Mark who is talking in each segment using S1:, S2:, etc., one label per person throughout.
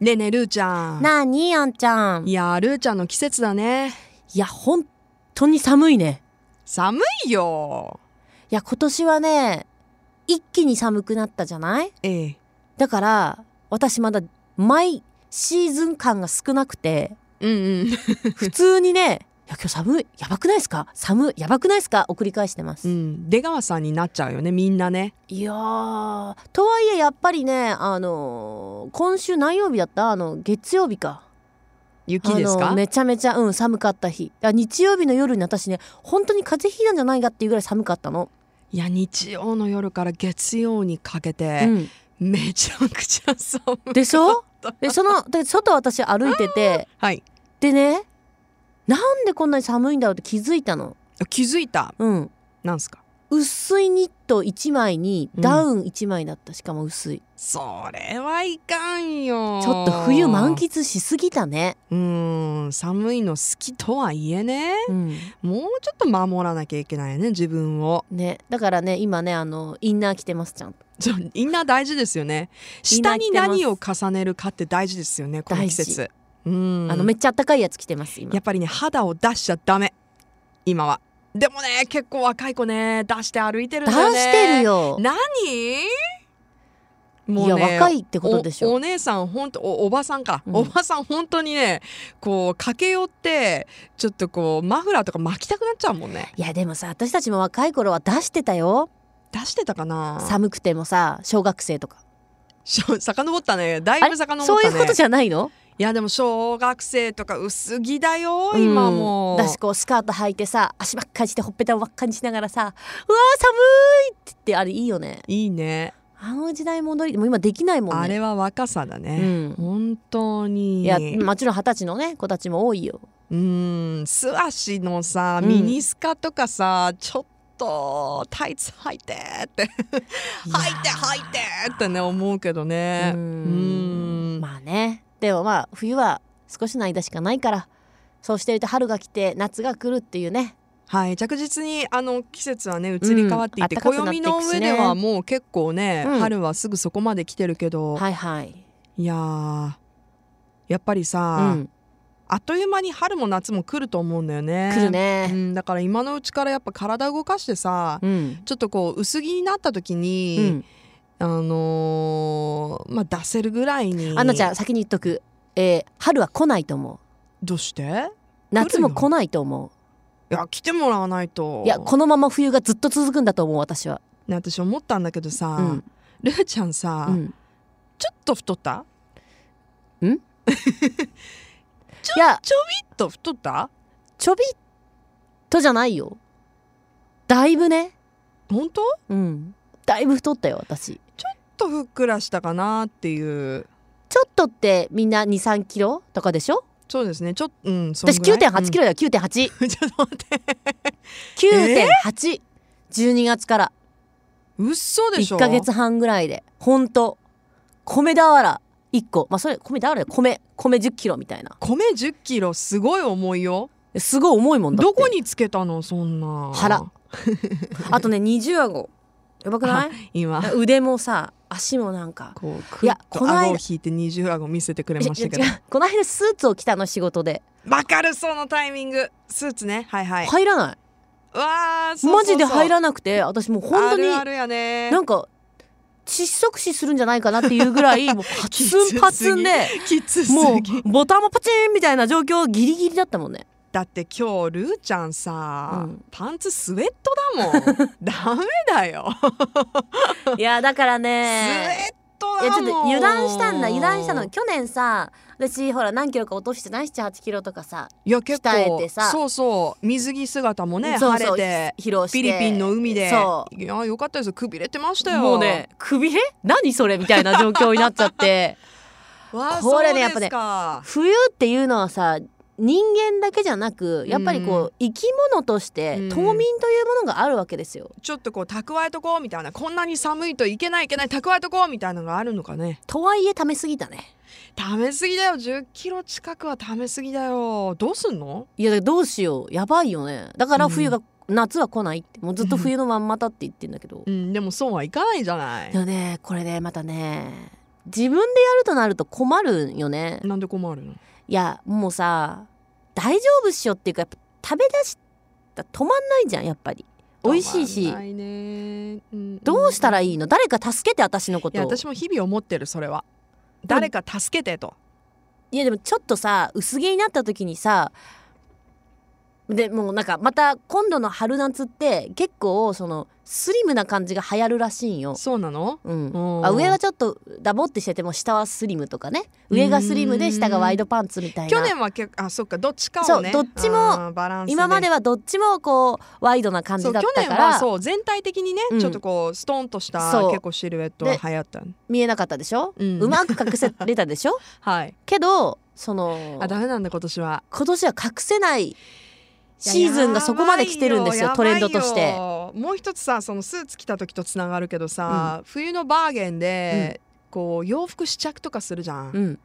S1: ねえねえルーちゃん
S2: なあにあんちゃん
S1: いやールーちゃんの季節だね
S2: いや本当に寒いね
S1: 寒いよ
S2: いや今年はね一気に寒くなったじゃない
S1: ええ
S2: だから私まだ毎シーズン感が少なくて
S1: うん
S2: 普通にね「いや今日寒いやばくないですか寒いやばくないですか?」を繰り返してます、
S1: うんうん出川さんになっちゃうよねみんなね
S2: いやーとはいえやっぱりねあのー今週何曜日だったあの月曜日か
S1: 雪です
S2: あ
S1: か、
S2: のめちゃめちゃうん寒かった日あ日曜日の夜に私ね本当に風邪ひいたんじゃないかっていうぐらい寒かったの、
S1: いや日曜の夜から月曜にかけ
S2: う
S1: て、
S2: ん
S1: めちゃくちゃ寒い
S2: でしょでそので外私歩いてて
S1: はい
S2: でねなんでこんなに寒いんだろうって気づいたの
S1: 気づいた
S2: うん
S1: なんすか
S2: 薄いニット1枚にダウン1枚だった、しかも薄い
S1: それはいかんよ
S2: ちょっと冬満喫しすぎたね、
S1: うーん寒いの好きとはいえね
S2: うん、
S1: もうちょっと守らなきゃいけないよね自分を
S2: ねだからね今ねあのインナー着てますちゃんと
S1: ちょインナー大事ですよね
S2: インナ
S1: 下
S2: ー着
S1: に
S2: てます
S1: 何を重ねるかって大事ですよねこの季節うん
S2: あのめっちゃあったかいやつ着てます今
S1: やっぱりね肌を出しちゃダメ今はでもね結構若い子ね出して歩いてるん
S2: 出
S1: だよね
S2: してるよ
S1: 何も
S2: いうや
S1: ね
S2: 若いってことでし
S1: お
S2: ょ
S1: お姉さん本当おおばさんか、
S2: うん
S1: おばさん本当にねこう駆け寄ってちょっとこうマフラーとか巻きたくなっちゃうもんね
S2: いやでもさ私たちも若い頃は出してたよ
S1: 出してたかな
S2: 寒くてもさ小学生とか
S1: しょ遡ったねだいぶ遡ったね
S2: そういうことじゃないの
S1: いやでも小学生とか薄着だよ今も
S2: うんだしこうスカート履いてさ足ばっかりしてほっぺたをばっかりしながらさうわー寒いって言ってあれいいよね
S1: いいね
S2: あの時代戻りもう今できないもんね
S1: あれは若さだ
S2: う
S1: ね、
S2: ん
S1: 本当に
S2: いやもちろん二十歳のね子たちも多いよ
S1: うん素足のさ
S2: うん
S1: ミニスカとかさ、ちょっとタイツ履いてって履いて履いてってね思うけどね
S2: う
S1: うんん
S2: まあねでもまあ冬は少しの間しかないからそうしてると春が来て夏が来るっていうね
S1: はい着実にあの季節はね移り変わっていて、
S2: うん暖かくなっ
S1: 暦
S2: ていくしね
S1: の上ではもう結構ね、
S2: うん
S1: 春はすぐそこまで来てるけど、
S2: はいはい、
S1: い、やーやっぱり
S2: う
S1: さ、
S2: ん、
S1: あっという間に春も夏も来ると思うんだよね。
S2: 来る
S1: う
S2: ね、
S1: ん、だから今のうちからやっぱ体動かしてさ、
S2: うん
S1: ちょっとこう薄着になった時
S2: う
S1: に、
S2: ん、
S1: あのーまあ出せるぐらいに
S2: アンナちゃん先に言っとく、えー春は来ないと思う
S1: どうして
S2: 夏も来ないと思
S1: いや来てもらわないと
S2: ういやこのまま冬がずっと続くんだと思う私は
S1: ね私思ったんだけどさ、
S2: うん
S1: ルーちゃんさ、
S2: うん
S1: ちょっと太った
S2: いや
S1: ちょっと太った
S2: ちょびっとじゃないよだいぶね
S1: 本当ちょ
S2: うんだいぶ太ったよ私
S1: っとふっくらしたかなっていう
S2: ちょっとってみんな23キロとかでしょ
S1: そうですねちょっとうんそん
S2: 私
S1: ぐらい
S2: 9.8キロだよ9.8
S1: うん ちょっと待 って
S2: 9.8、12月から
S1: 嘘でしょ
S2: 1ヶ月半ぐらいで本当米俵1個まあそれ米俵で米米10キロみたいな
S1: 米1 0キロすごい重いよ
S2: すごい重いもんだって
S1: どこにつけたのそんな
S2: 腹あとね二重顎やばくない
S1: 今
S2: 腕もさ足もなんか
S1: こうク
S2: いや
S1: ッと
S2: この間
S1: 顎を引いて二重顎見せてくれましたけど
S2: 違う違うこの間スーツを着たの仕事で
S1: わかるそのタイミングスーツねはいはい、
S2: 入らない
S1: わあそうそう
S2: マジで入
S1: ん
S2: らなくて私もう本当
S1: あ
S2: に
S1: るあるやね
S2: なんか窒息死するんじゃないかなっていうぐら いもうパツンパツンで
S1: きつすぎ
S2: もうボタンもパチンみたいな状況ギリギリだったもん ね
S1: だって今日ルーちゃんさ、
S2: うん
S1: パンツスウェットだもん ダメだよ
S2: いやだから
S1: スウ
S2: ね
S1: ェット
S2: いや
S1: だ
S2: ち
S1: も
S2: ょ
S1: ん
S2: っと油断したんだ油断したの去年さ私ほら何キロか落としてない7 8キロとかさ、
S1: いや結構
S2: 鍛えてさ
S1: そうそう水着姿もね
S2: そうそう
S1: 晴れて
S2: 披露して
S1: フィリピンの海で
S2: そ
S1: いやよかったですくびれてました
S2: う
S1: よ
S2: もうねくびれ何それみたいな状況になっちゃって
S1: わあ
S2: これね
S1: そうですか
S2: 冬っていうのはさ人間だけじゃなくやっぱりこう、
S1: うん
S2: 生き物として
S1: うん
S2: 冬眠というものがあるわけですよ
S1: ちょっとこう蓄えとこうみたいなこんなに寒いといけないいけない蓄えとこうみたいなのがあるのかね
S2: とはいえ溜めすぎたね
S1: 貯めすぎだよ10キロ近くは貯めすぎだよどうすんの
S2: いやだからどうしようやばいよねだから冬が、
S1: う
S2: 夏は来ないってもうずっと冬のまんまだって言ってんだけど
S1: うんでもそうはいかないじゃない
S2: でもねこれねまたね自分でやるとなると困るんよね
S1: なんで困るの
S2: いやもうさ大丈夫っしょっていうかやっぱ食べ出したら止まんないじゃんやっぱり美味し
S1: 止
S2: い
S1: ま
S2: し
S1: んないねん
S2: どうしたらいい
S1: い
S2: の誰か助けて私のこと
S1: や
S2: を
S1: 私も日々思ってるそれは誰か助けてと
S2: いやでもちょっとさ薄毛になった時にさでもうなんかまた今度の春夏って結構そのスリムな感じが流行るらしいんよ。
S1: そうなの
S2: うん
S1: うん
S2: あ上がちょっとダボってしてても下はスリムとかね上がスリムで下がワイドパンツみたいな
S1: 去年はけあそっかどっちかをね
S2: そうどっちも
S1: あーバランス
S2: 今まで
S1: は
S2: はどっちもこうワイドな感
S1: そ
S2: じ
S1: う
S2: だ
S1: 去
S2: った
S1: 年
S2: か
S1: は
S2: ら
S1: そう全体的にね、
S2: うん
S1: ちょっとこうストンとした
S2: そう
S1: 結構シルエットは流行ったの
S2: 見えなかったでしょ、
S1: う
S2: うんまく隠せれた でしょ
S1: はい
S2: けどその
S1: あダメなんだ今年は
S2: 今年は隠せないシーズンがそこまで来てるんですよトレンドとして。
S1: もう一つさそのスーツ着た時とつながるけどさ、冬のバーゲンで、こう洋服試着とかするじゃん、
S2: うん、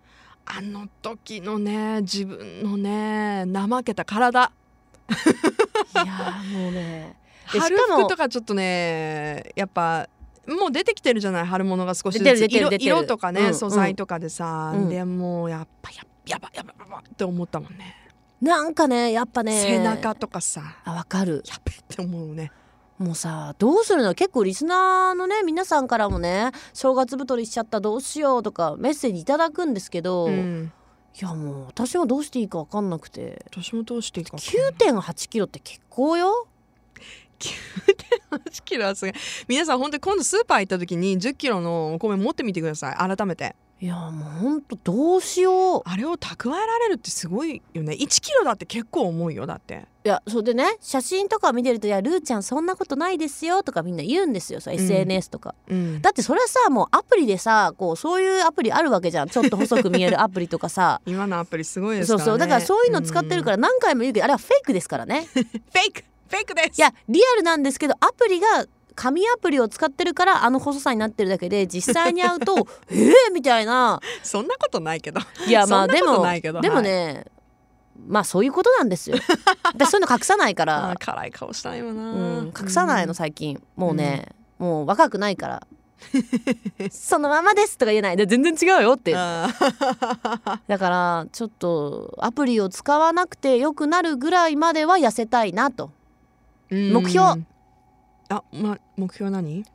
S1: あの時のね自分のね怠けた体
S2: いやーもう ねで
S1: 春
S2: しかも
S1: 服とかちょっとねやっぱもう出てきてるじゃない春物が少しずつ
S2: 出てる
S1: 色
S2: 出てる出てる
S1: 色とかね、
S2: うん
S1: 素材とかでさ、
S2: うん
S1: でもうやっぱややばやばやばって思ったもんね
S2: なんかねやっぱね
S1: 背中とかさ
S2: あわかる
S1: やべって思うね
S2: もうさどうするの結構リスナーのね皆さんからもね正月太りしちゃったどうしようとかメッセージいただくんですけど、
S1: う
S2: い
S1: ん
S2: やもう私はどうしていいかわかんなくて
S1: 私もどうしていいか分かんない
S2: 9 8キロって結構よ
S1: 1キロはすごい皆さん本当に今度スーパー行った時に1 0キロのお米持ってみてください改めて
S2: いやもうほんとどうしよう
S1: あれを蓄えられるってすごいよね1キロだって結構重いよだって
S2: いやそれでね写真とか見てると「いやルーちゃんそんなことないですよ」とかみんな言うんですよさ SNS とか、
S1: うん
S2: だってそれはさもうアプリでさこうそういうアプリあるわけじゃんちょっと細く見えるアプリとかさ
S1: 今のアプリすごいです
S2: そ
S1: か
S2: う
S1: らね、
S2: そうだからそういうの使ってるからら何回も言うけどあれはフェイクですからね
S1: うんフェイクフェイクです
S2: いやリアルなんですけどアプリが紙アプリを使ってるからあの細さになってるだけで実際に会う と「えー!」みたいな
S1: そんなことないけど。
S2: いやま
S1: そ
S2: あ
S1: んな
S2: で
S1: こと
S2: も
S1: ないけど
S2: でもね、まあそういうことなん ですよ私そういうの隠さないか
S1: あ
S2: ら
S1: ー辛い顔した今な、
S2: うん、隠さない
S1: う
S2: の
S1: ん
S2: 最近もうね、もう若くないから そのままですとか言えないで全然違うよって
S1: あー
S2: だからちょっとアプリを使わなくて良くなるぐらいまでは痩せたいなと、
S1: うん
S2: 目標
S1: あ、ま、目標何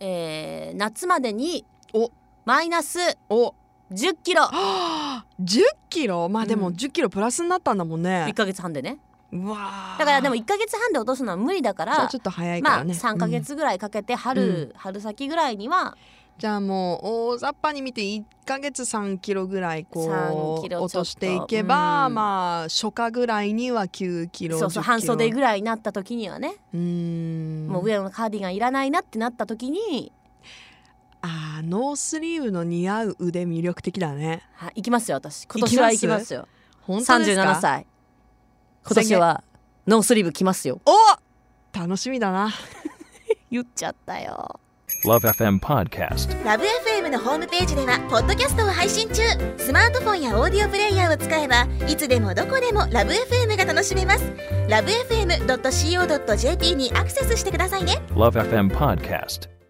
S2: えー夏までに
S1: お
S2: マイナス
S1: お
S2: 1 0キロ
S1: はあ10キロまあで
S2: う
S1: も
S2: ん
S1: 10キロプラスになったんだもん
S2: 1
S1: ね、
S2: ヶ月半でね
S1: うわー
S2: だからでも1ヶ月半で落とすのは無理だか
S1: それ
S2: ら
S1: はちょっと早いか
S2: ま
S1: ら
S2: あ
S1: ね、
S2: 3
S1: か
S2: ヶ、月ぐらいかけて春、春先ぐらいには
S1: じゃあもう大雑把に見て1ヶ月3キロぐらいこ
S2: 3
S1: う
S2: キロちょっと
S1: 落としていけば、
S2: うん
S1: まあ初夏ぐらいには9キロ
S2: そうそう半袖
S1: ぐ
S2: ぐらいになった時にはね、
S1: うん
S2: もう上のカーディガンいらないなってなった時に
S1: あーノースリーブの似合う腕魅力的だね
S2: はい、行きますよ私今年は行きますよ
S1: 本当
S2: 三
S1: で
S2: 十
S1: すか
S2: 37歳今年はノースリーブ着ますよ
S1: お楽しみだな
S2: 言っちゃったよ
S3: Love FM Podcast.
S4: ラブ f m のホームページではポッドキャストを配信中スマートフォンやオーディオプレイヤーを使えばいつでもどこでもラブ f m が楽しめますラブ FM.co.jp にアクセスしてくださいね
S3: Love FM Podcast.